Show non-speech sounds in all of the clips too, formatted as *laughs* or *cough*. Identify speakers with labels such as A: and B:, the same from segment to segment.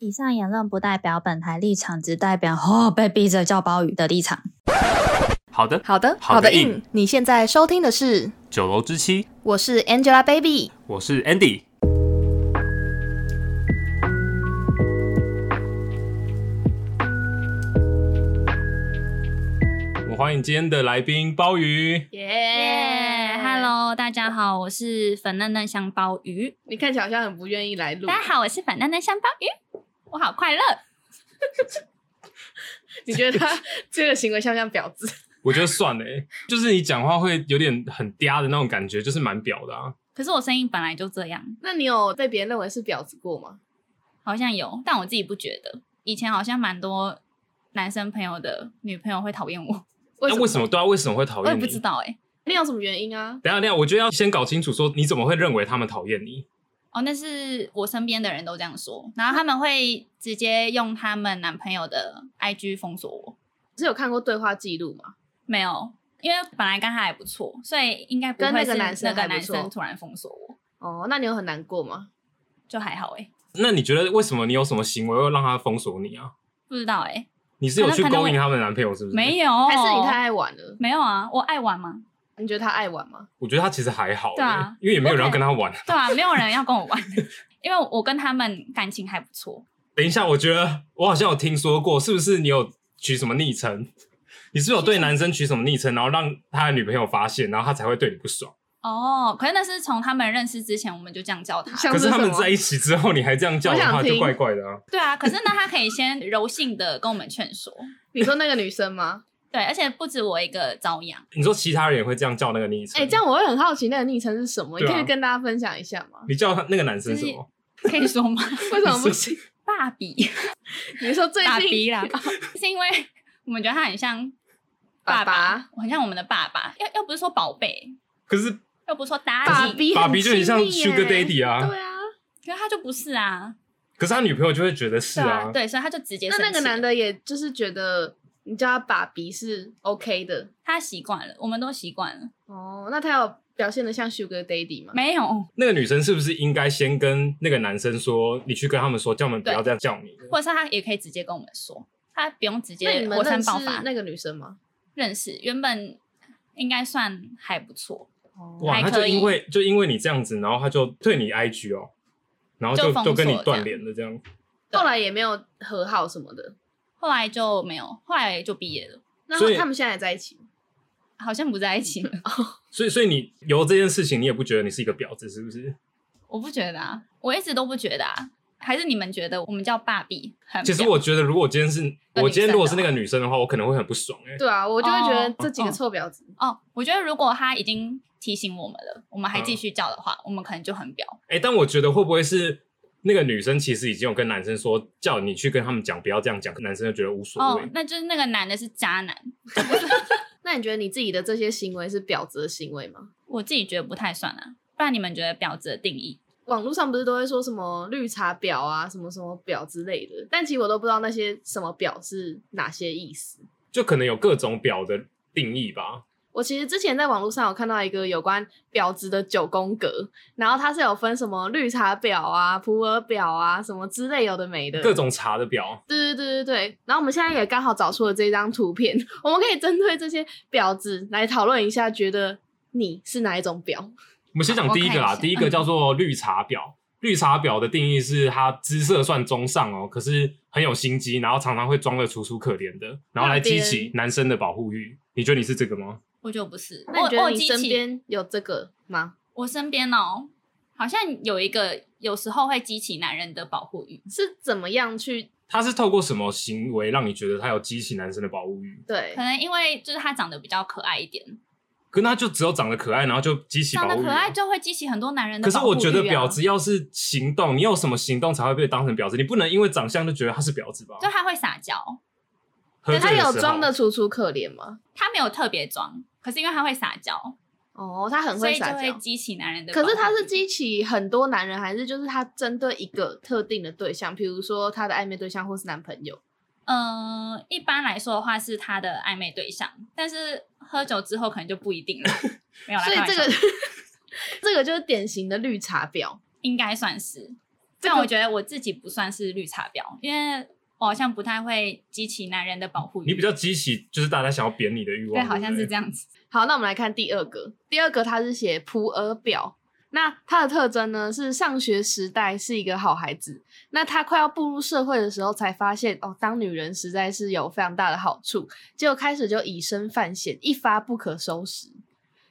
A: 以上言论不代表本台立场，只代表哦被逼着叫鲍鱼的立场。
B: 好的，
C: 好的，
B: 好的
C: 硬。你现在收听的是，
B: 九楼之妻，
C: 我是 Angelababy。
B: 我是 Andy。我们欢迎今天的来宾鲍鱼。
D: 耶、
A: 耶、h e l l o 大家好，我是粉嫩嫩香鲍鱼。
D: 你看起来好像很不愿意来录
A: 大，家好，我是粉嫩嫩香鲍鱼，我好快乐。
D: 你觉得他这个行为像不像婊子？ *laughs*
B: 我觉得算了欸、就是你讲话会有点很嗲的那种感觉，就是蛮表的啊。
A: 可是我声音本来就这样，
D: 那你有被别人认为是婊子过吗？
A: 好像有，但我自己不觉得。以前好像蛮多男生朋友的女朋友会讨厌我，
D: 为
B: 那为什么对啊？为什么会讨
A: 我也
B: 厌你？
A: 不知道哎、
D: 那有什么原因啊？
B: 等一下，等一下，我觉得要先搞清楚，说你怎么会认为他们讨厌你？
A: 哦，那是我身边的人都这样说，然后他们会直接用他们男朋友的 IG 封锁我。
D: 是有看过对话记录吗？
A: 没有，因为本来跟他还不错，所以应该不会
D: 跟那个
A: 是
D: 男生
A: 那个
D: 还不
A: 男
D: 错
A: 生突然封锁我，
D: 哦，那你有很难过吗？
A: 就还好哎、
B: 那你觉得为什么你有什么行为会让他封锁你啊？
A: 不知道哎、
B: 你是有去
A: 可能可能
B: 勾引他们的男朋友是不是？
A: 没有，
D: 还是你太爱玩了？
A: 没有啊？我爱玩吗？
D: 你觉得他爱玩吗？
B: 我觉得他其实还好欸、
A: 对啊
B: 因为也没有人要跟他玩。
A: 对啊，没有人要跟我玩，因为我跟他们感情还不错。
B: 等一下，我觉得我好像有听说过，是不是你有取什么昵称？你是不是有对男生取什么昵称，然后让他的女朋友发现，然后他才会对你不爽？
A: 哦，可是那是从他们认识之前我们就这样叫他。
D: 像
B: 可是
D: 什
B: 他们
D: 么？
B: 在一起之后，你还这样叫
D: 我
B: 的
D: 想
B: 话，就
D: 听
B: 怪怪的啊。
A: 对啊，可是那他可以先柔性的跟我们劝说，
D: 你说那个女生吗？
A: 对，而且不止我一个遭殃。
B: 你说其他人也会这样叫那个昵称？
D: 哎、这样我会很好奇那个昵称是什么，你
B: 对啊
D: 可以跟大家分享一下吗？ *laughs*
B: 你叫他那个男生什么？
A: 可以说吗？ *laughs*
D: 为什么不行？ *laughs*
A: 爸比，
D: 你说最
A: 爸
D: 近
A: 比啦， *laughs* 是因为我们觉得他很像爸
D: 爸爸
A: 很像我们的爸爸，又又不是说宝贝，
B: 可是
A: 又不是说搭
D: 爸
A: 理，
D: 比
B: 爸比就很像
D: 亲密耶
B: Sugar Daddy 啊
D: 对啊，
A: 可是他就不是啊，
B: 可是他女朋友就会觉得是
A: 对啊，对，所以他就直接
D: 那那个
A: 生气
D: 男的也就是觉得你叫他爸比是 OK 的
A: 他习惯了，我们都习惯了，
D: 哦，那他有表现的像 Sugar Daddy 吗？
A: 没有，
B: 那个女生是不是应该先跟那个男生说，你去跟他们说，叫他们不要这样叫你？
A: 或者是他也可以直接跟我们说，他不用直
D: 那你
A: 接
D: 们
A: 火
D: 认
A: 山
D: 识
A: 爆发。
D: 那个女生吗？
A: 认识原本应该算还不错，
B: 哇，
A: 还
B: 他就
A: 可以
B: 因为就因为你这样子，然后他就退你 IG 哦，然后就
A: 就封锁
B: 就跟你断联了，这样。
A: 对
D: 后来也没有和好什么的。
A: 后来就没有，后来就毕业了，
D: 那
B: 所以
D: 他们现在还在一起吗？
A: 好像不在一起了。 *laughs*
B: 所以，所以你由这件事情，你也不觉得你是一个婊子，是不是？
A: 我不觉得啊，我一直都不觉得啊，还是你们觉得我们叫爸比很？
B: 其实我觉得，如果今天是我今天如果是那个
A: 女
B: 女生的话，我可能会很不爽哎、
D: 对啊，我就会觉得
A: 哦
D: 这几个臭婊子，
A: 哦，我觉得如果他已经提醒我们了，我们还
B: 嗯
A: 继续叫的话，我们可能就很婊。
B: 哎、但我觉得会不会是那个女生其实已经有跟男生说，叫你去跟他们讲不要这样讲，男生就觉得无所
A: 哦
B: 谓。，
A: 那就是那个男的是渣男，
D: 那你觉得你自己的这些行为是婊子的行为吗？
A: 我自己觉得不太算啊。不然你们觉得婊子的定义？
D: 网络上不是都会说什么绿茶婊啊，什么什么婊之类的，但其实我都不知道那些什么婊是哪些意思。
B: 就可能有各种婊的定义吧。
D: 我其实之前在网络上有看到一个有关婊子的九宫格，然后它是有分什么绿茶婊啊、普洱婊啊什么之类有的
A: 嗯
D: 没的，
B: 各种茶的表，
D: 对对对对对，然后我们现在也刚好找出了这张图片，我们可以针对这些婊子来讨论一下，觉得你是哪一种婊？
B: 我们先讲
A: 好
B: 第一个啦，
A: 我看一下嗯
B: 第一个叫做绿茶婊。绿茶婊的定义是它姿色算中上哦，可是很有心机，然后常常会装的楚楚可怜的，然后来激
D: 那
B: 起
D: 边
B: 男生的保护欲。你觉得你是这个吗？
A: 我觉得不是。
D: 那你
A: 我
D: 觉
A: 我
D: 得
A: 有
D: 你
A: 激
D: 身
A: 起
D: 边有这个吗？
A: 我身边哦，好像有一个有时候会激起男人的保护欲，
D: 是怎么样去
B: 他是透过什么行为让你觉得他有激起男生的保护欲？
D: 对
A: 可？能因为就是他长得比较可爱一点，
B: 可是他就只有长得可爱，然后就激起保
A: 长得
B: 护欲
A: 可
B: 啊。
A: 爱就会激起很多男人的
B: 可
A: 保
B: 是
A: 护欲、啊。
B: 我觉得婊子要是行动，你有什么行动才会被当成婊子？你不能因为长相就觉得他是婊子吧？
A: 就他会撒娇，
B: 喝
D: 他
B: 醉时候
D: 有装的楚楚可怜吗？
A: 他没有特别装，可是因为他会撒娇，
D: 哦，他很
A: 所
D: 会
A: 以就
D: 撒
A: 会
D: 娇。
A: 激起男人的保
D: 可
A: 护欲。
D: 是他是激起很多男人，还是就是他针对一个特定的对象，比如说他的暧昧对象或是男朋友？
A: 嗯、一般来说的话是他的暧昧对象，但是喝酒之后可能就不一定了。没有啦，
D: *laughs* 所以
A: 开玩
D: 这
A: 笑
D: 个这个就是典型的绿茶婊。
A: 应该算是。但我觉得我自己不算是绿茶婊，因为我好像不太会激起男人的保护欲。
B: 你比较激起就是大家想要贬你的欲
A: 对，
B: 望，
A: 好像是
B: 样。
A: 这样子。
D: 好，那我们来看第二个，第二个它是写普洱表。那它的特征呢是上学时代是一个好孩子，那他快要步入社会的时候才发现哦，当女人实在是有非常大的好处，结果开始就以身犯险，一发不可收拾。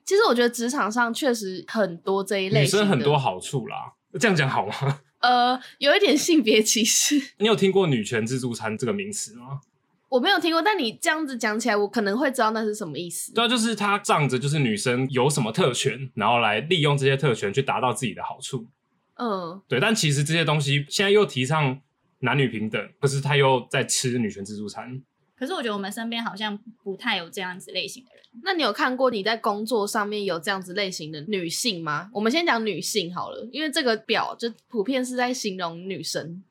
D: 其实我觉得职场上确实很多这一类
B: 女
D: 型
B: 生很
D: 的
B: 多好处啦，这样讲好吗？ *laughs*
D: 呃，有一点性别歧视， *laughs*
B: 你有听过“女权自助餐”这个名词吗？
D: 我没有听过，但你这样子讲起来，我可能会知道那是什么意思。
B: 对啊，就是他仗着就是女生有什么特权，然后来利用这些特权去达到自己的好处。
D: 嗯，
B: 对，但其实这些东西现在又提倡男女平等，可是他又在吃女权自助餐。
A: 可是我觉得我们身边好像不太有这样子类型的人。
D: 那你有看过你在工作上面有这样子类型的女性吗？我们先讲女性好了，因为这个表就普遍是在形容女生。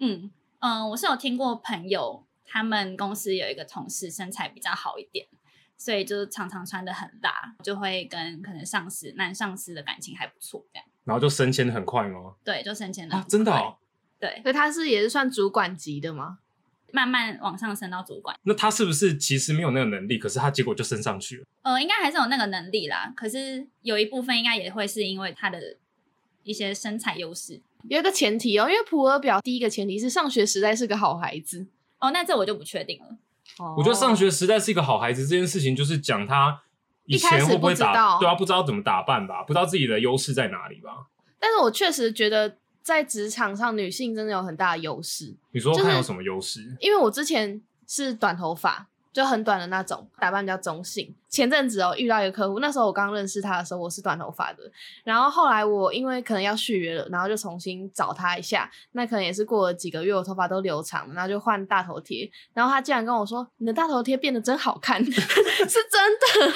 A: 嗯嗯、呃我是有听过朋友，他们公司有一个同事身材比较好一点，所以就是常常穿的很辣，就会跟可能上司男上司的感情还不错，这样
B: 然后就升迁的很快吗？
A: 对，就升迁的、
B: 啊，真的、哦？
A: 对，
D: 所以她是也是算主管级的吗？
A: 慢慢往上升到主管。
B: 那他是不是其实没有那个能力，可是他结果就升上去了？
A: 呃，应该还是有那个能力啦，可是有一部分应该也会是因为他的一些身材优势。
D: 有一个前提哦，因为普洱表第一个前提是上学时代是个好孩子。
A: 哦，那这我就不确定了。
D: 哦
B: 我觉得上学时代是一个好孩子这件事情，就是讲他以
D: 一开
B: 前
D: 始
B: 会不会
D: 不知道
B: 打，对啊，不知道怎么打扮吧，不知道自己的优势在哪里吧。
D: 哦但是我确实觉得在职场上女性真的有很大的优势。
B: 你说
D: 就是
B: 看有什么优势？ *laughs*
D: 因为我之前是短头发，就很短的那种，打扮比较中性。前阵子哦遇到一个客户，那时候我刚认识他的时候我是短头发的，然后后来我因为可能要续约了，然后就重新找他一下，那可能也是过了几个月，我头发都留长了，然后就换大头贴，然后他竟然跟我说：“你的大头贴变得真
B: *laughs*
D: 好看，是真的，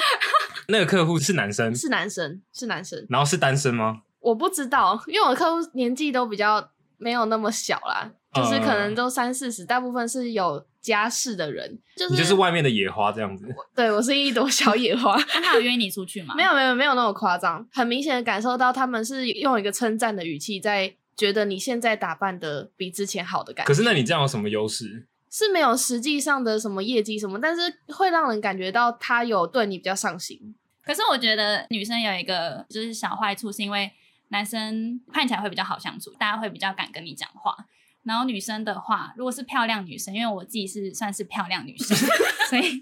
B: 那个客户是男生，
D: 是男生，是男生。”
B: 然后是单身吗？
D: 我不知道，因为我的客户年纪都比较没有那么小啦。就是可能
B: 嗯
D: 都三四十，大部分是有家室的人，就是
B: 你就是外面的野花这样子，
D: 对我是一朵小野花， *laughs*
A: 那他有约你出去吗？
D: 没有没有没有那么夸张，很明显的感受到他们是用一个称赞的语气在觉得你现在打扮的比之前好的感觉。
B: 可是那你这样有什么优势？
D: 是没有实际上的什么业绩什么，但是会让人感觉到他有对你比较上心。
A: 可是我觉得女生有一个就是小坏处，是因为男生看起来会比较好相处，大家会比较敢跟你讲话。然后女生的话，如果是漂亮女生，因为我自己是算是漂亮
B: *laughs*
A: 女生，所以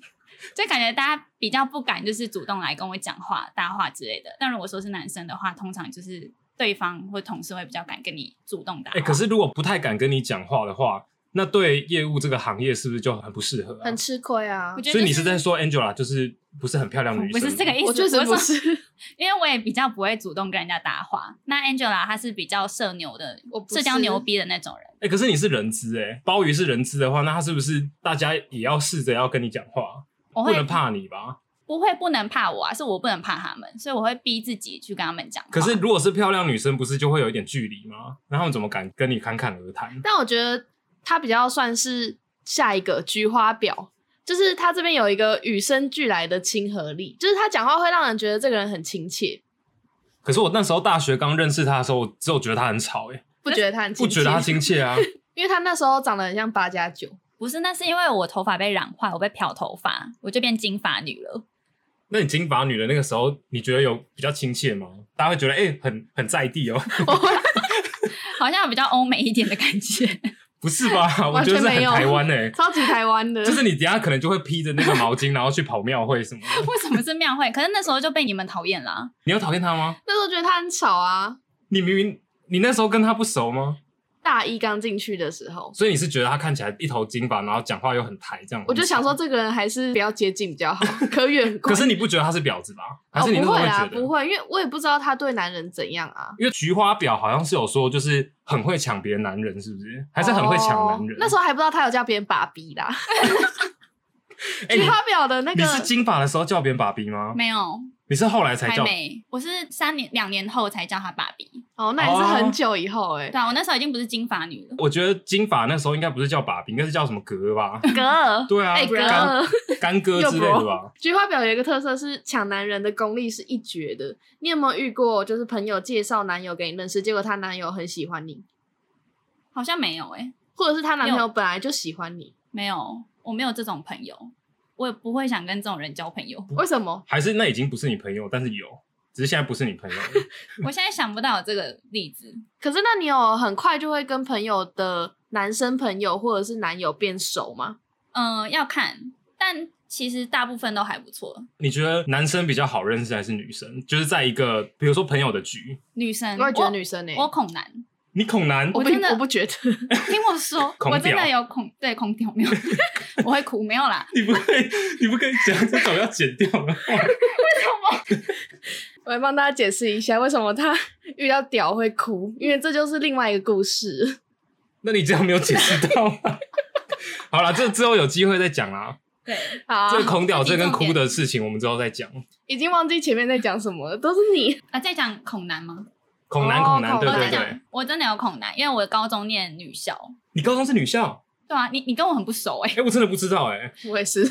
A: 就感觉大家比较不敢就是主动来跟我讲话、搭话之类的。但如果说是男生的话，通常就是对方或同事会比较敢跟你主动搭话。
B: 哎、可是如果不太敢跟你讲话的话，那对业务这个行业是不是就很不适合、啊
D: 很？吃亏啊
A: 我！觉得、
B: 所以你是在说 Angela 就是不是很漂亮的女
A: 不
B: 生？
A: 是这个意思，
D: 我确实
A: 我
D: 不
A: 说
D: 是，
A: 因为我也比较不会主动跟人家搭话。那 Angela 她是比较社牛的，
D: 我不是
A: 社交牛逼的那种人。
B: 哎、可是你是人资哎、鲍鱼是人资的话，那他是不是大家也要试着要跟你讲话？
A: 我
B: 不
A: 会
B: 能怕你吧？
A: 不会不能怕我啊，是我不能怕他们，所以我会逼自己去跟他们讲话。
B: 可是如果是漂亮女生，不是就会有一点距离吗？那他们怎么敢跟你侃侃而谈？
D: 但我觉得他比较算是下一个菊花婊。就是他这边有一个与生俱来的亲和力，就是他讲话会让人觉得这个人很亲切，
B: 可是我那时候大学刚认识他的时候，我只有觉得他很吵哎、
D: 不觉得他很亲
B: 不
D: 切，
B: 觉得他亲切啊。
D: 因为他那时候长得很像八加九，
A: 不是，那是因为我头发被染坏，我被漂头发，我就变金发女了。
B: 那你金发女的那个时候，你觉得有比较亲切吗？大家会觉得哎、欸很很在地哦？
A: 好像比较欧美一点的感觉。 *laughs*
B: 不是吧？我
D: 完
B: 觉
D: 全
B: 得是
D: 没
B: 很
D: 有
B: 台湾哎、
D: 超级台湾的，
B: 就是你等一下可能就会披着那个毛巾，然后去跑庙会什么的。
A: 为什么是庙会？可是那时候就被你们讨厌啦。
B: 你有讨厌他吗？
D: 那时候觉得他很吵啊。
B: 你明明你那时候跟他不熟吗？
D: 大一刚进去的时候，
B: 所以你是觉得他看起来一头金发，然后讲话又很台这样？
D: 我就想说，这个人还是不要接近比
B: *laughs*
D: 较好，可远观。
B: 可是你不觉得他是婊子吧？还
D: 哦
B: 是你那时
D: 不
B: 候
D: 会
B: 觉
D: 啦，
B: 得？
D: 不会，因为我也不知道他对男人怎样啊，
B: 因为菊花婊好像是有说，就是很会抢别的男人，是不是？还是很会抢男人？
D: 哦那时候还不知道他有叫别人爸比啦。
B: 哎
D: 菊
B: 你
D: 花婊的那
B: 你是
D: 个，
B: 金发的时候叫别人爸比吗？
A: 没有，
B: 你是后来才
A: 还
B: 叫？
A: 没。我是三年两年后才叫她爸比。
D: 哦，那也是很久以后哎、
A: 对啊，我那时候已经不是金发女了。
B: 我觉得金发那时候应该不是叫爸比，应该是叫什么哥
D: *laughs*
B: 吧？
D: *laughs* 格尔，
B: 对啊，
D: 哎、格
B: 干
D: 尔。
B: *laughs* 干哥之类的吧？
D: 菊花婊有一个特色是抢男人的功力是一绝的。你有没有遇过，就是朋友介绍男友给你认识，结果她男友很喜欢你？
A: 好像没有诶、
D: 或者是她男
A: 没
D: 朋
A: 有
D: 友本来就喜欢你，
A: 没有，我没有这种朋友，我也不会想跟这种人交朋友。
D: 为什么？
B: 还是那已经不是你朋友，但是有，只是现在不是你
D: *laughs*
B: 朋友而已。
A: 我现在想不到有这个例子，
D: 可是那你有很快就会跟朋友的男生朋友或者是男友变熟吗？
A: 嗯、要看，但其实大部分都还不错。
B: 你觉得男生比较好认识还是女生？就是在一个比如说朋友的局，
A: 女生，
D: 我也觉得女生呢、
A: 我我恐男，
B: 你恐男
D: 我
A: 我
D: 不
A: 真的
D: *laughs* 我不觉得，
A: 听我
B: *laughs*
A: 说，
B: 恐
A: 我真
B: 屌
A: 的有恐，对恐屌没有， *laughs* 我会哭没有啦，
B: 你不可以， *laughs* 你不可以讲这种要剪掉
D: *laughs*
B: 了。
D: 我来帮大家解释一下为什么他 *laughs* 遇到屌会哭，因为这就是另外一个故事。
B: 那你这样没有解释到
D: *laughs*
B: 啊。好啦，这之后有机会再讲啦。
A: 对，
D: 好
B: 这，个恐屌这跟
A: 重
B: 哭
A: 点
B: 的事情，我们之后再讲。
D: 已经忘记前面在讲什么了，都是你。
A: 啊，在讲恐男吗？
B: 恐男，
D: 哦
B: 恐男，
D: 恐
B: 对
A: 我
D: 男
A: 在
B: 对对
A: 讲。，我真的有恐男，因为我高中念女校，
B: 你高中是女校？
A: 对啊，你你跟我很不熟哎、
B: 哎，我真的不知道哎。
D: 我也是，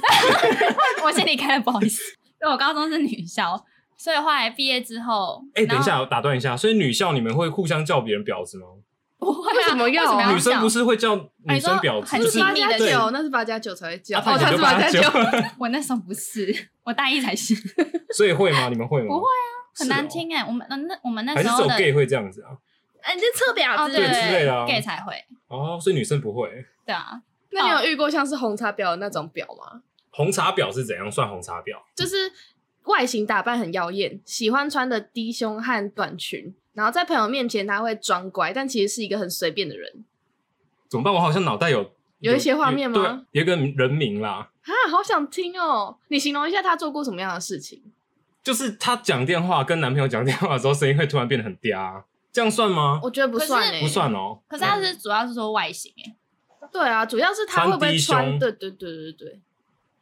A: *laughs* 我先离开了，不好意思。对，我高中是女校，所以后来毕业之后，
B: 哎，
A: 然后
B: 等一，下，我打断一下。所以女校你们会互相叫别人婊子吗？
A: 不会啊
D: 为什么要
A: 为什么
B: 女生
A: 叫
B: 不是会叫
A: 哎
B: 女
A: 你说
B: 生婊子，
A: 很
B: 就是
D: 那是
A: 亲
D: 八
A: 密
D: 加
A: 的
B: 对
D: 九，那是八加九才会叫，
B: 啊他
D: 哦，
B: 也
D: 他
B: 就是
D: 八
B: 八
D: 加
B: 九，
D: 九，
A: 我那时候不是，我大一才是，
B: *laughs* 所以会吗？你们会吗？
A: 不会
B: 啊，
A: 很难。听哎、我们呃那我们那
B: 还
A: 时
B: 是
A: 候
B: 只有
A: 的
B: gay 会这样子啊？
D: 哎，你这臭婊
A: 哦
D: 子。
A: 对
B: 之类的啊
A: gay 才会，
B: 哦，所以女生不会。
A: 对啊，
D: 那你有遇过像是红茶婊的那种婊吗？
B: 红茶婊是怎样算红茶婊？
D: 就是外形打扮很耀眼，喜欢穿的低胸和短裙，然后在朋友面前他会装乖，但其实是一个很随便的人。
B: 怎么办？我好像脑袋有
D: 有一些画面吗？
B: 有对有一个人名啦，
D: 啊，好想听哦！你形容一下他做过什么样的事情？
B: 就是她讲电话跟男朋友讲电话的时候，声音会突然变得很嗲、啊这样算吗？
D: 我觉得不算
A: 可
D: 哎、
A: 是
B: 不。算哦。
A: 可是他是主要是说外形哎、
D: 对啊，主要是他会不会
B: 穿低胸
D: 穿？对对对对对，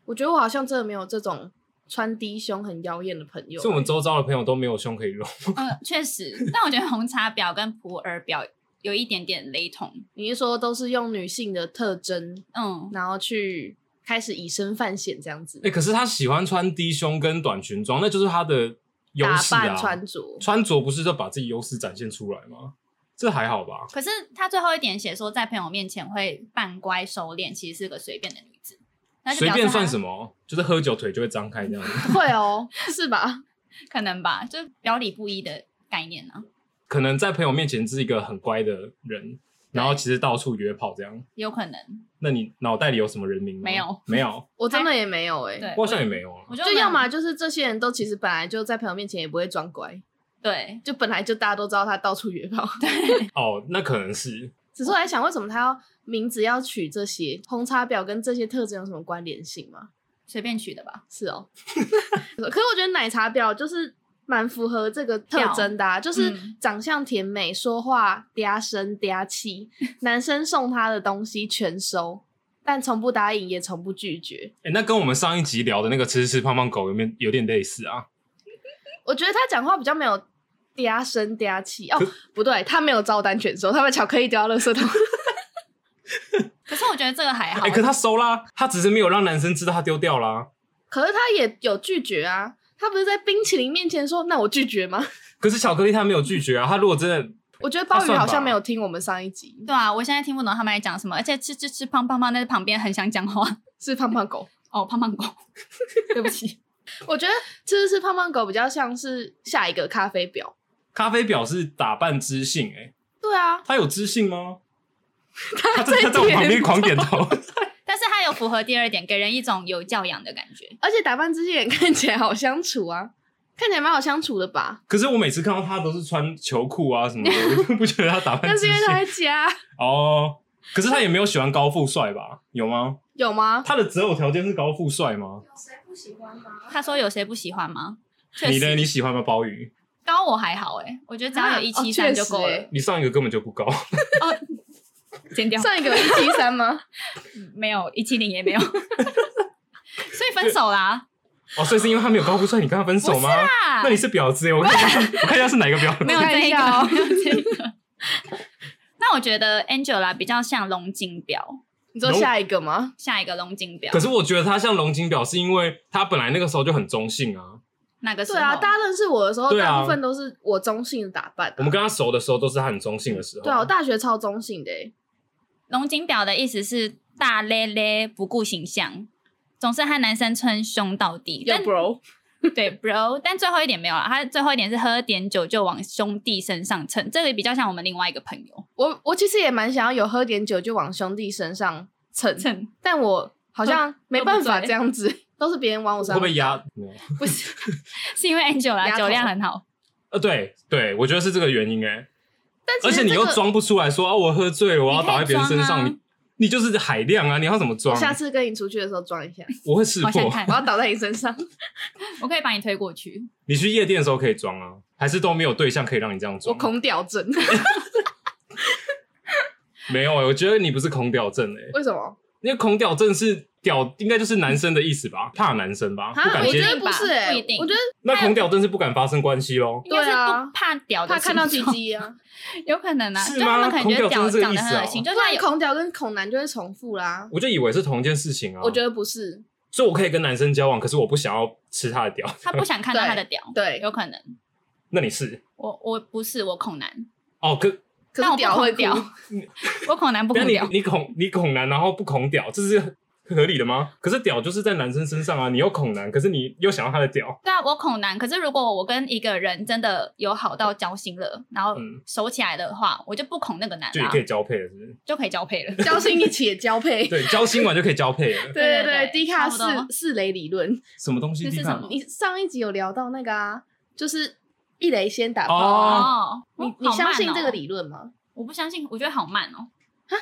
D: 我觉得我好像真的没有这种穿低胸很妖艳的朋友
B: 是。我们周遭的朋友都没有胸可以露，
A: 呃，确实，但我觉得红茶婊跟普洱婊有一点点雷同，
D: 你是说都是用女性的特征，
A: 嗯，
D: 然后去开始以身犯险这样子
B: 哎、？可是她喜欢穿低胸跟短裙装，那就是她的优
D: 打
B: 势啊。
D: 扮穿着， *laughs*
B: 穿着不是就把自己优势展现出来吗？这还好吧？
A: 可是他最后一点写说，在朋友面前会扮乖收敛，其实是个随便的女子。那就
B: 随
A: 表示
B: 便
A: 她
B: 算什么，就是喝酒腿就会张开这样子。 *laughs*
D: 会哦，是吧？
A: 可能吧，就表里不一的概念呢、啊，
B: 可能在朋友面前是一个很乖的人，然后其实到处约炮这样。
A: 有可能。
B: 那你脑袋里有什么人名吗？
A: 没有，
B: 没有，
D: 我真的也没有哎、
A: *laughs* 对，
B: 我好像也没有啊。
A: 我就
D: 就要么就是这些人都其实本来就在朋友面前也不会装乖，
A: 对，
D: 就本来就大家都知道他到处约炮。 *laughs*
B: 哦，那可能是
D: 只是我在想，为什么他要名字要取这些红茶婊跟这些特征有什么关联性吗？
A: 随便取的吧。
D: 是
B: *laughs*
D: 哦，可是我觉得奶茶婊就是蛮符合这个特征的、啊，就是
A: 嗯
D: 长相甜美，说话嗲声嗲气，男生送她的东西全收，但从不答应也从不拒绝。
B: 哎、那跟我们上一集聊的那个吃吃胖胖狗有没有有点类似啊？
D: 我觉得他讲话比较没有嗲声嗲气哦，不对，他没有照单全收，他把巧克力丢到垃圾桶。 *laughs*
A: 可是我觉得这个还好，
B: 哎、可他收啦，他只是没有让男生知道他丢掉啦。
D: 可是他也有拒绝啊，他不是在冰淇淋面前说“那我拒绝”吗？
B: 可是巧克力他没有拒绝啊，他如果真的，
D: 我觉得鲍
B: 他
D: 鱼
B: 算吧
D: 好像没有听我们上一集，
A: 对啊，我现在听不懂他们在讲什么，而且吃吃吃胖胖胖，但是旁边很想讲话。
D: 是胖胖狗。
A: 哦，胖胖狗， *laughs* 对不起， *laughs*
D: 我觉得这是胖胖狗比较像是下一个咖啡婊。
B: 咖啡婊是打扮知性、哎，
D: 对啊，
B: 他有知性吗？他
D: 在
B: 在他在我旁边
D: 点
B: 狂点头，
A: 但是他有符合第二点，给人一种有教养的感觉。
D: 而且打扮这些人看起来好相处啊， *laughs* 看起来蛮好相处的吧？
B: *laughs* 可是我每次看到他都是穿球裤啊什么的，我 *laughs* 就不觉得他打扮
D: 但
B: 知
D: 是
B: 性
D: 因为他在家
B: 哦。可是他也没有喜欢高富帅吧？有吗？
D: 有吗？
B: 他的择偶条件是高富帅吗？
A: 他说有谁不喜欢吗？确
B: 你呢？
A: 实，
B: 你喜欢吗？鲍鱼，
A: 高我还好哎、我觉得只要有一七
D: 啊
A: 三
D: 哦
A: 就够
D: 确实
A: 了
D: 欸。
B: 你上一个根本就不高，
A: 哦，剪掉。
D: 上一个一七
A: *laughs*
D: 三吗？
A: 没有一七零也没
D: *laughs*
A: 有，所以分手啦。
B: 哦，所以是因为他没有高富帅，你跟他分手吗？
A: 啊
B: 那你是婊子耶！欸我看一下，我看一下是哪个婊子。
A: 没有这
D: 看
A: 一
D: 一
A: 个，
D: 下哦
A: 没有这一个。 *laughs* 那我觉得 Angela 比较像龙井表，
D: 你说下一个吗？
A: 下一个龙井表
B: 可。是我觉得他像龙井表，是因为他本来那个时候就很中性啊。
A: 那个时候
D: 对啊，大家认识我的时候，
B: 对啊
D: 大部分都是我中性的打扮啊、啊
B: 我们跟他熟的时候都是他很中性的时候。
D: 对啊，我大学超中性的欸、
A: 龙井表的意思是大咧咧，不顾形象，总是和男生称兄道弟。
E: 有
A: 但
E: bro，
A: 对 bro，但最后一点没有了。他最后一点是喝点酒就往兄弟身上蹭，这个比较像我们另外一个朋友
D: 我我其实也蛮想要有喝点酒就往兄弟身上蹭，
A: 蹭。
D: 但我好像没办
A: 喝
D: 法
A: 不醉
D: 这样子，都是别人往我身
B: 会不
D: 上
B: 会。压？
D: 嗯
B: 没有
A: 不是，是因为 Angela
D: 丫头
A: 酒量很好，
B: 呃，对对，我觉得是这个原因哎、
D: 但其
B: 而
D: 实
B: 且你
D: 这
B: 又
D: 个，
B: 装不出来说啊，我喝醉了，我要
A: 你可以
B: 倒在别人身
A: 装
B: 上，
A: 啊
B: 你你就是海量啊，你要怎么装
D: 我？下次跟你出去的时候
A: *laughs*
D: 装一下，
B: 我会识
A: 我想
B: 破。
A: 看
D: 我，要倒在你
B: *laughs*
D: 身上。
A: 我可以把你推过去。
B: 你去夜店的时候可以装啊，还是都没有对象可以让你这样
D: 我
B: 装？
D: 恐屌
B: *laughs*
D: 症，
B: 没有、欸，我觉得你不是空屌症哎、
D: 为什么？
B: 因为空屌症是屌，应该就是男生的意思吧？怕男生吧？
D: 啊
B: 不敢
D: 我觉
B: 接。
D: 得不是、欸，
A: 不一定
D: 我觉得
B: 那空屌症是不敢发生关系喽？
A: 应该是
D: 对啊
A: 不怕屌的
D: 怕
A: 形
D: 看
A: 状，
D: 到鸡鸡啊，
A: *laughs* 有可能啊，
B: 是
A: 就他
B: 吗
A: 们可能觉得
B: 恐屌
A: 屌
B: 真是这个
A: 长
B: 意
A: 得
B: 思
A: 很恶
B: 哦
A: 心，就
D: 不
A: 像
D: 然
A: 有
D: 恐屌跟恐男就会重复啦。
B: 我就以为是同一件事情啊。
D: 我觉得不是，
B: 所以我可以跟男生交往，可是我不想要吃他的屌。
A: 他不想看到他的屌，
D: 对，
A: 有可能。
B: 那你是？
A: 我我不是我恐男，
B: 哦，可
D: 可
A: 但
D: 是
A: 我
D: 屌
A: 不
D: 会
A: 恐
D: 哭
A: 屌，我恐男不
B: 那
A: 恐
B: 嗯你
A: 屌。
B: 你恐你恐男，然后不恐屌，这是合理的吗？可是屌就是在男生身上啊，你又恐男，可是你又想要他的屌，
A: 对啊，我恐男。可是如果我跟一个人真的有好到交心了，然后
B: 嗯
A: 熟起来的话，我就不恐那个男
B: 就
A: 啦、
B: 也可以交配了，是不是？
A: 就可以交配了。
D: *laughs* 交心一起也交配。
B: 对，交心完就可以交配了。
D: *laughs* 对
A: 对
D: 对
A: 对
D: 低
A: 对
D: 卡四
A: 差不多
D: 四雷理论，
B: 什么东西？
A: 这是
B: 地板
A: 什么
D: 你上一集有聊到那个啊，就是一雷先打炮。啊
B: 哦，
A: 哦，
D: 你
A: 哦
D: 你
A: 好慢
D: 相信
A: 哦
D: 这个理论吗？
A: 我不相信，我觉得好慢哦。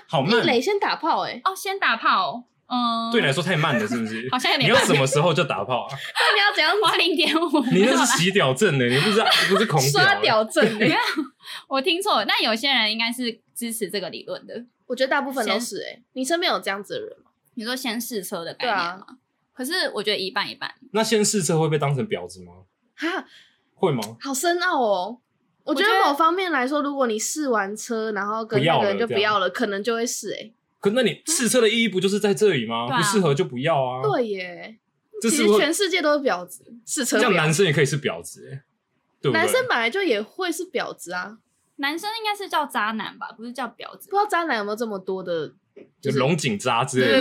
B: 好慢
D: 一，雷先打炮，哎，
A: 哦，先打炮哦，嗯，？
B: 对你来说太慢了，是不是
A: 好像有
B: 你
A: 点
B: 要
A: 慢。
B: 什么时候就打炮啊？
D: *laughs* 那你要怎样
A: 我零点五，
B: 你
A: 没有
B: 那
A: 啦
B: 是洗屌症的，欸你不是不是恐
D: 刷
B: 屌欸？
D: 屌症？
A: 没
D: 哎，
A: 有，我听错了。但有些人应该是支持这个理论的。
D: *laughs* 我觉得大部分都是哎，你身边有这样子的人吗？
A: 你说先试车的概
D: 对啊
A: 念吗？可是我觉得一半一半。
B: 那先试车会被当成婊子吗？
D: 哈，
B: 会吗？
D: 好深奥哦。我
A: 我
D: 觉
A: 觉
D: 得
A: 得
D: 某方面来说，如果你试完车，然后跟
B: 不要
D: 那
B: 了
D: 个人就不
B: 这样
D: 要了，可能就会是哎，
B: 可那你试车的意义不就是在这里吗？
A: 对啊
B: 不适合就不要啊。，
D: 对耶。
B: 这
D: 其
B: 是
D: 实
B: 会
D: 全世界都是婊子，试车
B: 这样
D: 婊
B: 男生也可以是婊子欸，对不对？
D: 男生本来就也会是婊子啊，
A: 男生应该是叫渣男吧，不是叫婊
D: 不
A: 子
D: 知。道渣男有没有这么多的，
B: 有
D: 就是
B: 龙井渣之类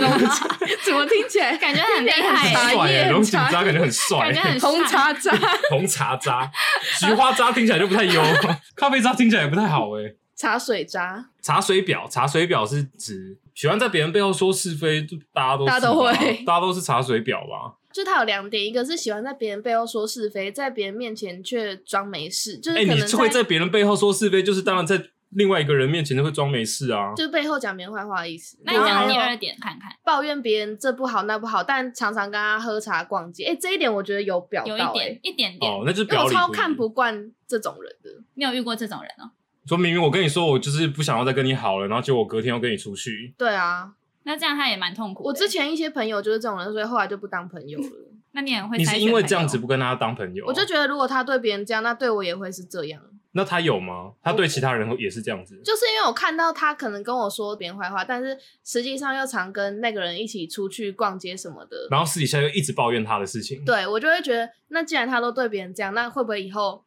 B: 的，
D: *laughs* 怎么听起来
A: 感觉很厉
D: *laughs* 听起来
A: 害，
D: 很
B: 帅
D: 茶
B: 欸，
D: 叶
B: 龙井
D: 茶
B: 渣感觉很帅
D: *laughs*
A: 感觉
B: 欸，
A: 很
D: 红
A: 帅。
D: 茶渣
B: 红茶渣、菊花渣听起来就不太
D: *laughs*
B: 优，咖啡渣听起来也不太好哎。
D: 茶水渣，
B: 茶水婊，茶水婊是指喜欢在别人背后说是非，就大家都是吧
D: 大家都会
B: 大家都是茶水婊吧？
D: 就他有两点，一个是喜欢在别人背后说是非，在别人面前却装没事，就是
B: 哎，
D: 可
B: 你
D: 能
B: 会在别人背后说是非，就是当然在另外一个人面前就会装没事啊。
D: 就是背后讲别人坏话的意思。
A: 那你讲第
D: 然后
A: 二
D: 还有啊
A: 点看看，
D: 抱怨别人这不好那不好，但常常跟他喝茶逛街，哎、这一点我觉得有表
A: 有
D: 到、
A: 一
D: 哎
A: 点，一点点
B: 哦，。那就是
D: 因为
B: 表
D: 我
B: 里
D: 超
B: 一
D: 看不惯这种人的。
A: 你有遇过这种人哦？
B: 说明明我跟你说我就是不想要再跟你好了，然后结果我隔天又跟你出去，
D: 对啊，
A: 那这样他也蛮痛苦的。
D: 我之前一些朋友就是这种人，所以后来就不当朋友了。
A: 那你也会
B: 你
A: 筛
B: 是
A: 选
B: 因为
A: 朋
B: 这样
A: 友
B: 子不跟他当朋友，啊
D: 我就觉得如果他对别人这样，那对我也会是这样。
B: 那他有吗？他对其他人也是这样子，
D: 就是因为我看到他可能跟我说别人坏话，但是实际上又常跟那个人一起出去逛街什么的。
B: 然后私底下又一直抱怨他的事情。，
D: 对我就会觉得，那既然他都对别人这样，那会不会以后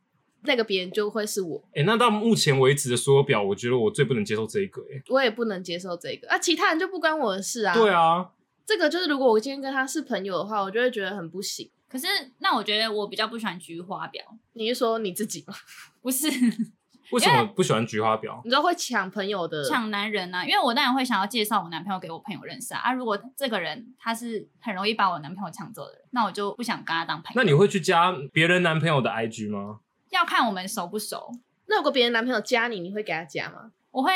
D: 那个别人就会是我？
B: 哎、那到目前为止的所有表，我觉得我最不能接受这一个、欸。
D: 我也不能接受这个啊，其他人就不关我的事啊。
B: 对，啊，
D: 这个就是如果我今天跟他是朋友的话，我就会觉得很不行。
A: 可是那我觉得我比较不喜欢菊花婊，
D: 你是说你自己吗？ *laughs*
A: 不是
B: 为什么不喜欢菊花表？
D: 你知道会抢朋友的？
A: 抢男人啊，因为我当然会想要介绍我男朋友给我朋友认识啊。啊，如果这个人他是很容易把我男朋友抢走的人，那我就不想跟他当朋友。
B: 那你会去加别人男朋友的 IG 吗？
A: 要看我们熟不熟，
D: 那如果别人男朋友加你，你会给他加吗？
A: 我会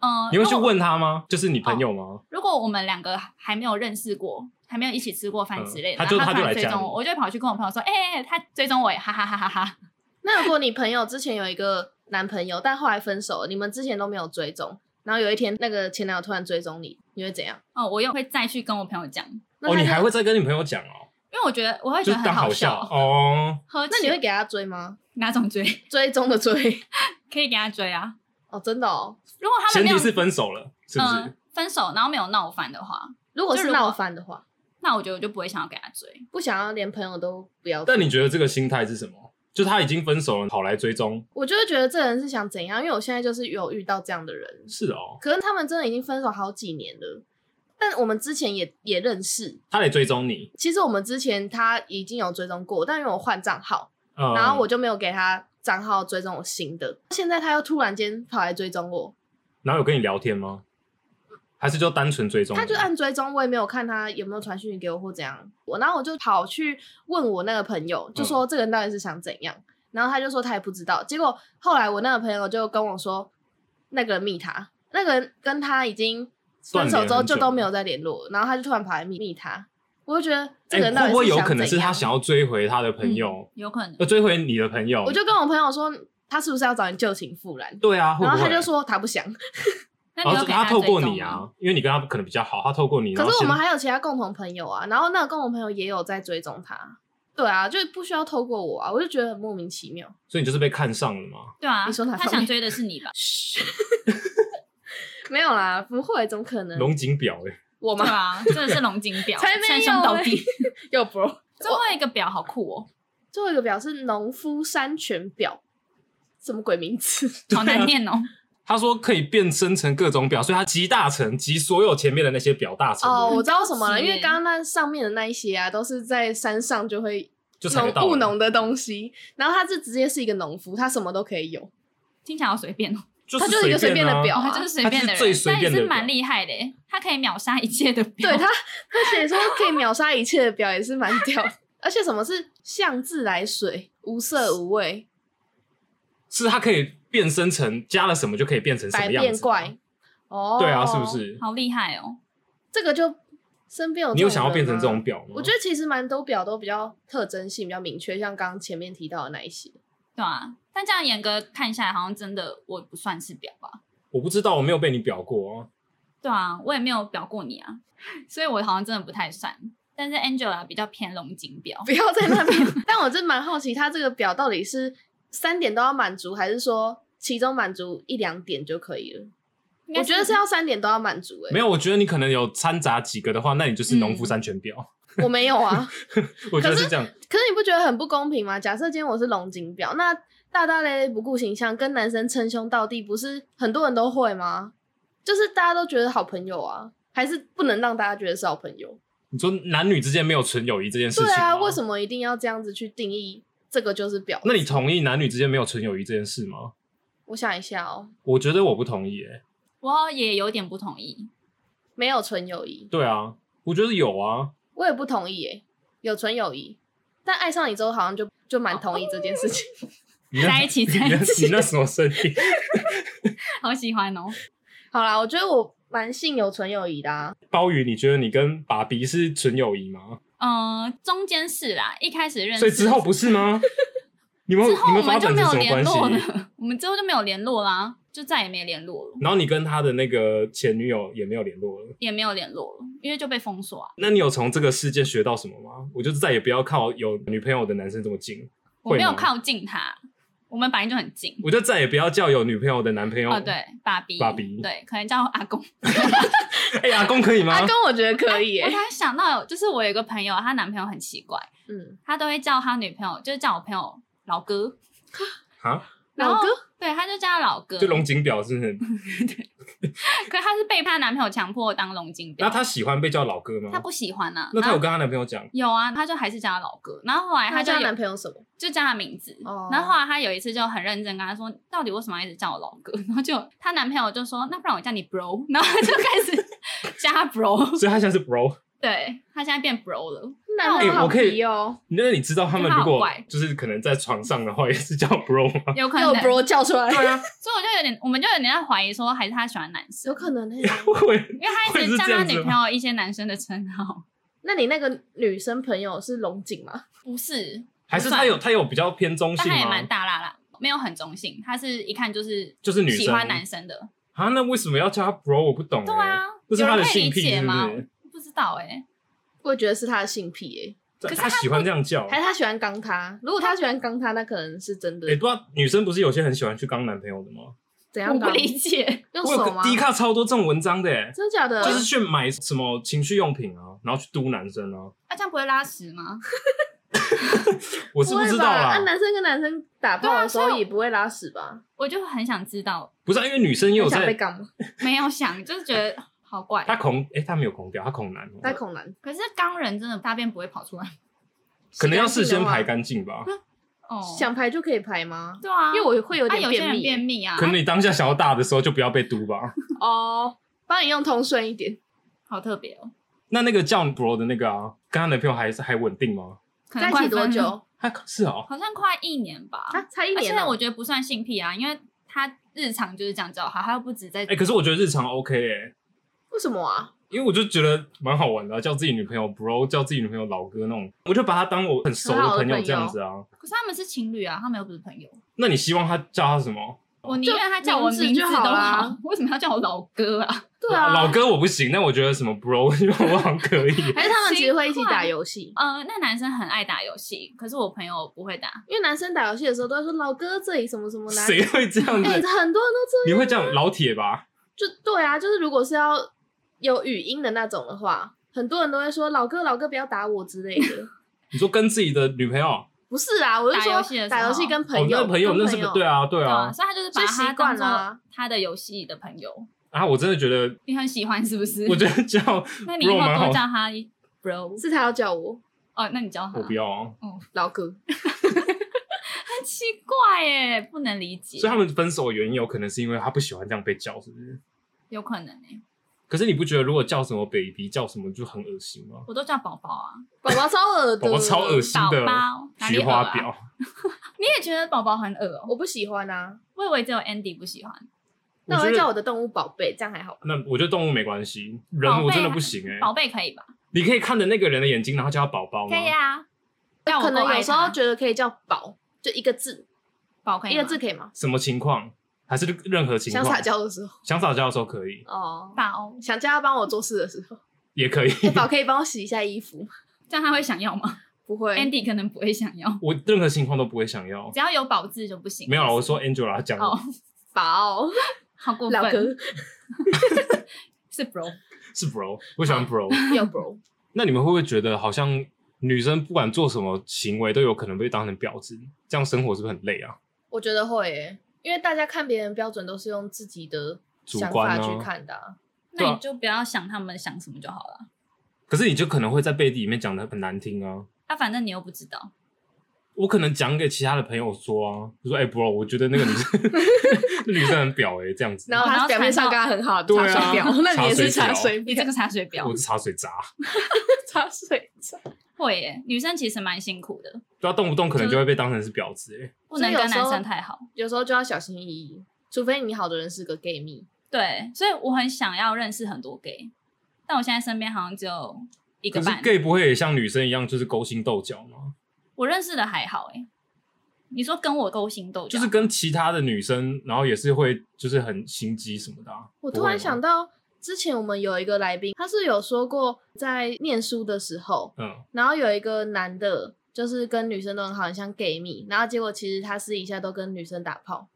A: 嗯，呃
B: 你会去
A: 如果
B: 问他吗？就是
D: 哦
B: 你朋友吗？
A: 如果我们两个还没有认识过，还没有一起吃过饭之类的，
B: 嗯他就
A: 然后
B: 他就
A: 突然追
B: 来加
A: 踪
B: 你
A: 我，我就会跑去跟我朋友说，哎、哎哎他追踪我耶，哈哈哈哈哈。
D: 那如果你朋友之前有一个男朋友，但后来分手了，你们之前都没有追踪，然后有一天那个前男友突然追踪你，你会怎样？
A: 哦，我又会再去跟我朋友讲，因
D: 那
B: 哦，
D: 他
B: 你
D: 就
B: 还会再跟你朋友讲哦，
A: 为我觉得我会
B: 就
A: 觉
B: 是
A: 得很
B: 当好
A: 笑。
B: 哦。
A: 喝
D: 那你会
A: 酒
D: 给他追吗？
A: 哪种追？ *laughs*
D: 追踪的追
A: 可以给他追啊。
D: 哦，真的哦。
A: 如果他们
B: 前
A: 没有
B: 提是分手了，是不是？
A: 嗯分手，然后没有闹翻的话，
D: 如果是
A: 就如果
D: 闹翻的话，
A: 那我觉得我就不会想要给他追。
D: 不想要连朋友都不要。
B: 但你觉得这个心态是什么？就他已经分手了，跑来追踪，
D: 我就会觉得这人是想怎样，因为我现在就是有遇到这样的人，
B: 是哦，
D: 可是他们真的已经分手好几年了，但我们之前也也认识。
B: 他来追踪你，
D: 其实我们之前他已经有追踪过，但因为我换账号，
B: 呃、
D: 然后我就没有给他账号追踪我新的。现在他又突然间跑来追踪我，
B: 然后有跟你聊天吗？还是就单纯追踪你？
D: 他就按追踪，我也没有看他有没有传讯给我或怎样。我然后我就跑去问我那个朋友，就
B: 嗯
D: 说这个人到底是想怎样，然后他就说他也不知道。结果后来我那个朋友就跟我说，那个人密他，那个人跟他已经分手之后就都没有再联络，然后他就突然跑来密密他，我就觉得这
B: 哎、
D: 个人到底
B: 会不会有
D: 想
B: 可能
D: 怎
B: 是他
D: 样
B: 想要追回他的
D: 嗯
B: 朋友，
A: 嗯
B: 哦
A: 有可能
B: 要、呃追回你的朋友？
D: 我就跟我朋友说，他是不是要找你旧情复燃？
B: 对啊，会
D: 然
B: 不
D: 后
B: 会？
D: 他就说他不想，
A: 那
B: 然
A: 你
B: 后
A: 有
B: 是
A: 给
B: 他透
A: 追踪
B: 过你
A: 吗，
B: 啊，因为你跟他可能比较好，他透过你。
D: 可
B: 然后
D: 是我
B: 先
D: 们还有其他共同朋友啊，然后那个共同朋友也有在追踪他。对啊，就不需要透过我啊，我就觉得很莫名其妙。
B: 所以你就是被看上了嘛？
A: 对啊，
D: 你说哪
A: 他
D: 方
A: 想
D: 面
A: 追的是你吧？
D: 没有啦，不会，怎么可能？
B: 龙井表哎、
D: 我
A: 对
D: 吗？
A: 啊，真的是龙井表，
D: 才没有
A: 称兄道
D: 嘞
A: 弟。
D: 有 bro。 *laughs*
A: 最后一个表好酷
B: *laughs*
A: 哦，
D: 最后一个表是农夫山泉表，什么鬼名字？ *laughs*
B: 啊
A: 好难念哦。
B: 他说可以变身成各种表，所以他集大成，集所有前面的那些表大成，
D: 哦，我知道什么了，
A: 很高级
D: 因
A: 耶
D: 为刚刚那上面的那一些啊，都是在山上就会
B: 就采得
D: 农
B: 到
D: 务
B: 了
D: 农的东西，然后他是直接是一个农夫，他什么都可以有。
A: 听起来好随便哦，
B: 就
D: 他就是一个随便的
B: 啊
D: 表
A: 哦他就是随便的
B: 他就是最
A: 人，
B: 随
A: 那也
B: 便的
A: 是
B: 人
A: 蛮厉害的耶，他可以秒杀一切的表。
B: *laughs*
D: 对他，他写说可以秒杀一切的表也是蛮屌的， *laughs* 而且什么是像自来水，无色无味，
B: 是他可以变身成加了什么就可以变成什
D: 百
B: 么样
D: 变
B: 子。
D: 怪。哦，
B: 对啊，是不？是？
A: 好厉害哦。
D: 这个就身边有
B: 你
D: 有
B: 有想要变成这种？表吗？
D: 啊我觉得其实蛮多表都比较特征性比较明确，像刚刚前面提到的那一些，
A: 对啊，但这样严格看下来，好像真的我不算是表吧？
B: 我不知道，我没有被你表过啊。
A: 对啊，我也没有表过你啊， *laughs* 所以我好像真的不太算。但是 Angela 比较偏龙井表，
D: 不要在
B: *laughs*
D: 那边。但我真蛮好奇，它这个表到底是三点都要满足，还是说其中满足一两点就可以了？
A: 应该
D: 我觉得是要三点都要满足、欸，
B: 没有，我觉得你可能有掺杂几个的话，那你就是农夫山泉表。
D: 我没有
B: *laughs*
D: 啊。
B: 我觉得
D: 嗯可
B: 是这样，
D: 可是你不觉得很不公平吗？假设今天我是龙井表，那大大咧咧不顾形象，跟男生称兄道弟，不是很多人都会吗？就是大家都觉得好朋友啊，还是不能让大家觉得是好朋友？
B: 你说男女之间没有纯友谊这件事情，
D: 对啊，为什
B: 么？
D: 么一定要这样子去定义这个就是表？
B: 那你同意男女之间没有纯友谊这件事吗？
D: 我想一下哦，
B: 我觉得我不同意、欸，
A: 我也有点不同意。
D: 没有纯友谊，
B: 对啊，我觉得有啊，
D: 我也不同意诶，有纯友谊，但爱上你之后好像就就蛮同意这件事情。 *laughs*
B: 你那
A: 在一起在一
B: 你那
A: 起
B: 你那什么声音？
A: 好喜欢哦，
D: 好啦，我觉得我蛮信有纯友谊的、啊，
B: 鲍鱼，你觉得你跟爸比是纯友谊吗？
A: 嗯、中间是啦，一开始认识，
B: 所以之后不是吗？你们
A: 之
B: 你
A: 后我
B: 发
A: 们就
B: 展
A: 没
B: 成
A: 有
B: 什么
A: 联
B: 关
A: 络
B: 系？
A: 了，我们之后就没有联络啦，就再也没联络了，
B: 然后你跟他的那个前女友也没有联络了。
A: 也没有联络了，因为就被封锁啊。
B: 那你有从这个事件学到什么吗？我就再也不要靠有女朋友的男生这么近，
A: 我没有
B: 会吗
A: 靠近他，我们本来就很近。
B: 我就再也不要叫有女朋友的男朋友。
A: 哦，，对，爸比，
B: 爸比
A: 对，可能叫阿公。
B: 哎、阿公可以吗
D: 啊，？跟我觉得可以
A: 我
B: *laughs*
A: 突
D: 诶，
A: 然想到有，就是我有一个朋友，她男朋友很奇怪，
D: 嗯，
A: 他都会叫他女朋友，就是叫我朋友老哥，
B: 啊，
A: 然
D: 老
A: 后
D: 哥。
A: 对，他就叫他老哥。
B: 就龙井表是不是？
A: 嗯可他是被他男朋友强迫当龙井表，
B: 那他喜欢被叫老哥吗？
A: 他不喜欢啊。
B: 那他
A: 然
B: 有
A: 后
B: 跟他男朋友讲，
A: 有啊，他就还是叫他老哥。然后后来
D: 他
A: 他就
D: 叫
A: 有
D: 男朋友什么？
A: 就叫他名字。
D: 哦
A: 然后后来他有一次就很认真跟他说，到底为什么要一直叫我老哥？ *laughs* 然后就她男朋友就说，那不然我叫你 bro，然后他就开
D: *laughs*
A: 始加他 bro， *laughs*
B: 所以他现在是 bro。
A: 对他现在变 bro 了。
D: 男
B: 哎
D: 的好
B: 我可以
D: 皮 *laughs* 哦，
B: 那你知道他们如
A: 他好
B: 果
A: 怪
B: 就是可能在床上的话，也是叫 bro 吗？ *laughs*
A: 有可
D: 又
A: 能，
D: b
A: 所
D: r 叫出来，对啊，
A: 以我就有点，我们就有点在怀疑说，还是他喜欢男生，
D: 有可能欸。 *laughs*
B: 会
A: 因为他一
B: 会是
A: 直叫
B: 这
A: 他
B: 样子
A: 女
B: 吗
A: 朋友一些男生的称号，
D: *laughs* 那你那个女生朋友是龙井吗？
A: 不是，
B: 还是他有他有比较偏中
A: 但
B: 性
A: 他也
B: 吗
A: 蛮？大辣啦，没有很中性，他是一看就是
B: 就是女生
A: 喜欢男生的，
B: 啊，那为什么要叫他 bro？我不懂、欸。
A: 对啊，
B: 这是
A: 有
B: 他
A: 人
B: 的
A: 可以
B: 性
A: 理
B: 癖
A: 解
B: 是
A: 吗？
B: 不是？
A: 不知道哎，
D: 我也觉得是他的性癖
B: 这
A: 可是
B: 他喜欢这样叫
D: 哎，。还是他喜欢刚他？如果他喜欢刚他，那可能是真的
B: 哎、。不知道女生不是有些很喜欢去刚男朋友的吗？
D: 怎
A: 我
D: 样
A: 不
D: 刚？
A: 理解，
D: 用
B: 我有
D: 手吗
B: 个？低卡超多这种文章的、欸，
D: 真的假的？
B: 就是去买什么情趣用品啊，然后去嘟男生啊。
A: 那这样不会拉屎吗？
B: 我是不知道
D: 会吧
B: 啦
D: 啊，，男生跟男生打
A: 对
D: 炮
A: 啊
D: 的时
A: 所以
D: 候
A: 我
D: 也不会拉屎吧？
A: 我就很想知道，
B: 不是、啊、因为女生也有
D: 想被
B: 在，
D: 干吗？
A: 没有想，就是觉得好怪。
B: 她恐哎、她没有恐屌，她恐男哦，
D: 在恐男，
A: 可是肛人真的大便不会跑出来
B: 可能要事
D: 洗干净
B: 先
D: 的话
B: 排干净吧。
A: 哦，
D: 想排就可以排吗？
A: 对啊，
D: 因为我会有
A: 啊
D: 点
A: 有些人便
D: 秘
A: 秘啊，
B: 可能你当下想要大的时候就不要被嘟
D: *laughs*
B: 吧。
D: 哦，帮你用通顺一点，
A: 好特别哦。
B: 那那个叫 bro 的那个啊，跟她男朋友还是还稳定吗？
A: 可
D: 在
A: 能
D: 一
A: 快
D: 起多
A: 分
D: 久？
B: 他是哦，
A: 好像快一年吧。
D: 啊，才一
A: 而且
D: 年哦，
A: 我觉得不算性癖啊，因为他日常就是这样教好，他又不止在
B: 哎、可是我觉得日常 OK 哎、
D: 为什么啊？
B: 因为我就觉得蛮好玩的啊、叫自己女朋友 bro，叫自己女朋友老哥那种，我就把她当我很熟
D: 很好的
B: 朋友
D: 朋
B: 这样
D: 友
B: 子啊。
A: 可是他们是情侣啊，他们又不是朋友。
B: 那你希望他叫他什么？
A: 我宁愿他叫我
D: 名字
A: 名字
D: 就
A: 都
D: 好啦
A: 好， *laughs* 为什么要叫我老哥啊？
D: 对啊，
B: 老哥我不行，但我觉得什么 bro *laughs* 因为我好像可
D: *laughs*
B: 以。
D: 还是他们其实会一起打游戏，
A: 呃，那男生很爱打游戏，可是我朋友不会打，
D: 因为男生打游戏的时候都会说老哥这里什么什么男，
B: 谁会这样
D: *laughs* 哎，
B: 子？
D: 很多人都
B: 你会这样老铁吧？
D: 这就对啊，就是如果是要有语音的那种的话，很多人都会说老哥老哥不要打我之类的。 *laughs*
B: 你说跟自己的女朋友，
D: 不是啊，我是
A: 打游
D: 说
A: 戏的时候
D: 打游戏跟
B: 哦
D: 朋，友，
B: 那朋友
D: 跟
B: 那是对啊，对
A: 对
B: 啊。
A: 所以他就是把
D: 所以
A: 他
D: 习惯
A: 当
D: 啦
A: 做他的游戏的朋友。
B: 啊，我真的觉得，
A: 你很喜欢是不是？
B: *laughs* 我觉得叫
A: *laughs* 那你以后
B: bro 蛮好
A: 多。叫他 bro
D: 是他要叫我
A: 哦，那你叫他
B: 我不要啊，
D: 老哥，
A: 很奇怪耶，不能理解
B: 所以，他们分手的原因有可能是因为他不喜欢这样被叫，是不是？
A: 有可能哎，
B: 可是你不觉得如果叫什么 baby 叫什么就很恶心吗？
A: 我都叫宝宝啊，
D: 宝宝超恶的，
B: 宝宝超恶心的
A: 宝宝，哪里
B: 菊
A: 恶啊
B: 花婊，
A: 你也觉得宝宝很恶哦？
D: 我不喜欢啊。
A: 我以为只有 Andy 不喜欢，
D: 那我会
B: 觉
D: 叫
B: 得
D: 我的动物宝贝，这样还好吧？
B: 那我觉得动物没关系，人
A: 宝贝
B: 我真的不行哎、
A: 宝贝可以吧？
B: 你可以看着那个人的眼睛，然后叫他宝宝吗？
A: 可以啊，但我
D: 可能有时候
A: 就
D: 觉得可以叫宝，就一个字，
A: 宝可以
D: 一
A: 吗
D: 个字可以吗？
B: 什么情况？还是任何情
D: 想
B: 况？
D: 撒娇的时候，
B: 想撒娇的时候可以，
D: 哦，
A: 宝，
D: 想叫他帮我做事的时候，
B: 也可以。 *laughs*
D: 哎，宝可以哎帮我洗一下衣服，
A: 这样他会想要吗
D: 不会，
A: ？Andy 可能不会想要，
B: 我任何情况都不会想要
A: 只。要有宝字就不行。
B: 没有啊啦，我说 Angela 讲的
A: 哦，
D: 宝
A: 好过
D: 老
A: 分，
D: 哥
A: 是 bro，
B: 是 bro，我喜欢 bro。
D: 有 bro，
B: 那你们会不会觉得好像女生不管做什么行为都有可能被当成婊子？这样生活是不是很累啊？
D: *laughs* 我觉得会耶，因为大家看别人标准都是用自己的
B: 主
D: 想
B: 观
D: 法
B: 啊
D: 去看的啊，
A: 那你就不要想他们想什么就好了。
B: 可是你就可能会在背地里面讲的很难听啊。
A: 那反正你又不知
D: *laughs*
A: 道，
B: 我可能讲给其他的朋友说啊，就说哎、bro，我觉得那个女
D: *laughs*
B: 生那女生很婊哎、这样子。
D: 然后
A: 然
D: 他
A: 后
D: 表面上
A: 看
D: 跟
A: 到
D: 他很好，
B: 对啊
D: 茶水表，那你也是
B: 茶
D: 茶
B: 水
D: 水
A: 你
D: 表
A: 这，个茶水表
B: 我是茶水渣，
D: 茶水表。
A: 会耶，女生其实蛮辛苦的，
B: 对啊，动不动可能就会被当成是婊子哎、
A: 不能
D: 所以有
A: 跟
D: 时
A: 男
D: 候
A: 生太好。
D: 有时候就要小心翼翼，除非你好的人是个 gay 蜜。
A: 对，所以我很想要认识很多 gay，但我现在身边好像只有一个
B: 可
A: 半
B: 是。gay 不会也像女生一样就是勾心斗角吗？
A: 我认识的还好哎、你说跟我勾心斗角，
B: 就是跟其他的女生，然后也是会就是很心机什么的、啊。
D: 我
B: 不会
D: 突然
B: 吗
D: 想，到，之前我们有一个来宾，他是有说过，在念书的时候，
B: 嗯，
D: 然后有一个男的，就是跟女生都很好，很像 gay 蜜，然后结果其实他私底下都跟女生打炮。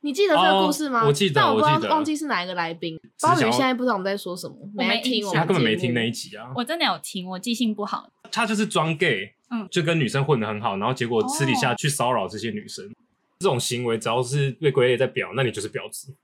D: 你记得这个故事吗？
B: 哦我记得
D: 但我不知
B: 我记
D: 道
B: 得
D: 忘记是哪一个来宾。
B: 只想要
D: 鲍鱼现在不知道我们在说什么，
A: 我没
D: 没在听
A: 印
D: 我
A: 象
D: 们
B: 他根本没
D: 节目
B: 听那一集啊，
A: 我真的有听，我记性不好。
B: 他就是装 gay，
A: 嗯
B: 就跟女生混得很好，然后结果私底下去骚扰这些女生，这种行为只要是被归类在婊，那你就是婊子。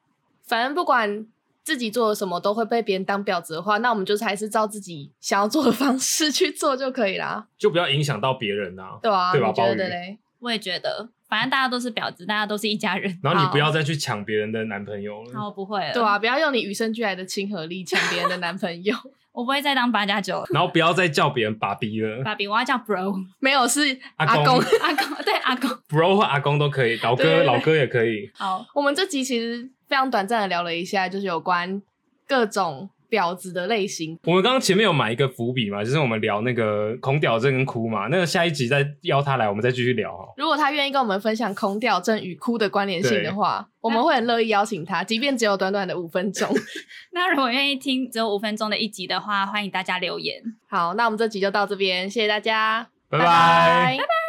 D: 反正不管自己做了什么都会被别人当婊子的话，那我们就是还是照自己想要做的方式去做就可以啦，
B: 就不要影响到别人啊。
D: 对啊，
B: 对吧
D: 你觉
B: 鲍鱼
D: 得嘞？
A: 我也觉得，反正大家都是婊子，大家都是一家
B: *laughs*
A: 人。
B: 然后你
D: 好
B: 不要再去抢别人的男朋友了。
A: 然后我不会了，
D: 对啊，不要用你与生俱来的亲和力抢别人的男朋友， *laughs*
A: 我不会再当八加九
B: *laughs*
A: 了。
B: 然后不要再叫别人爸比了，
A: 爸比，我要叫 bro
D: 没有是
B: 阿
D: 阿
B: 公
D: 公。
A: 阿公，对阿公。
B: bro 或阿公都可以，老
D: 对对
B: 哥
D: 对
B: 老哥也可以。
A: 好，
D: 我们这集其实非常短暂的聊了一下，就是有关各种婊子的类型。
B: 我们刚刚前面有埋一个伏笔嘛，就是我们聊那个孔屌症跟哭嘛，那个下一集再邀他来，我们再继续聊哦。
D: 如果他愿意跟我们分享空调症与哭的关联性的话，我们会很乐意邀请他，即便只有短短的五分钟。 *laughs*
A: 那如果愿意听只有五分钟的一集的话，欢迎大家留言。
D: 好，那我们这集就到这边，谢谢大家，
B: 拜拜
D: 拜拜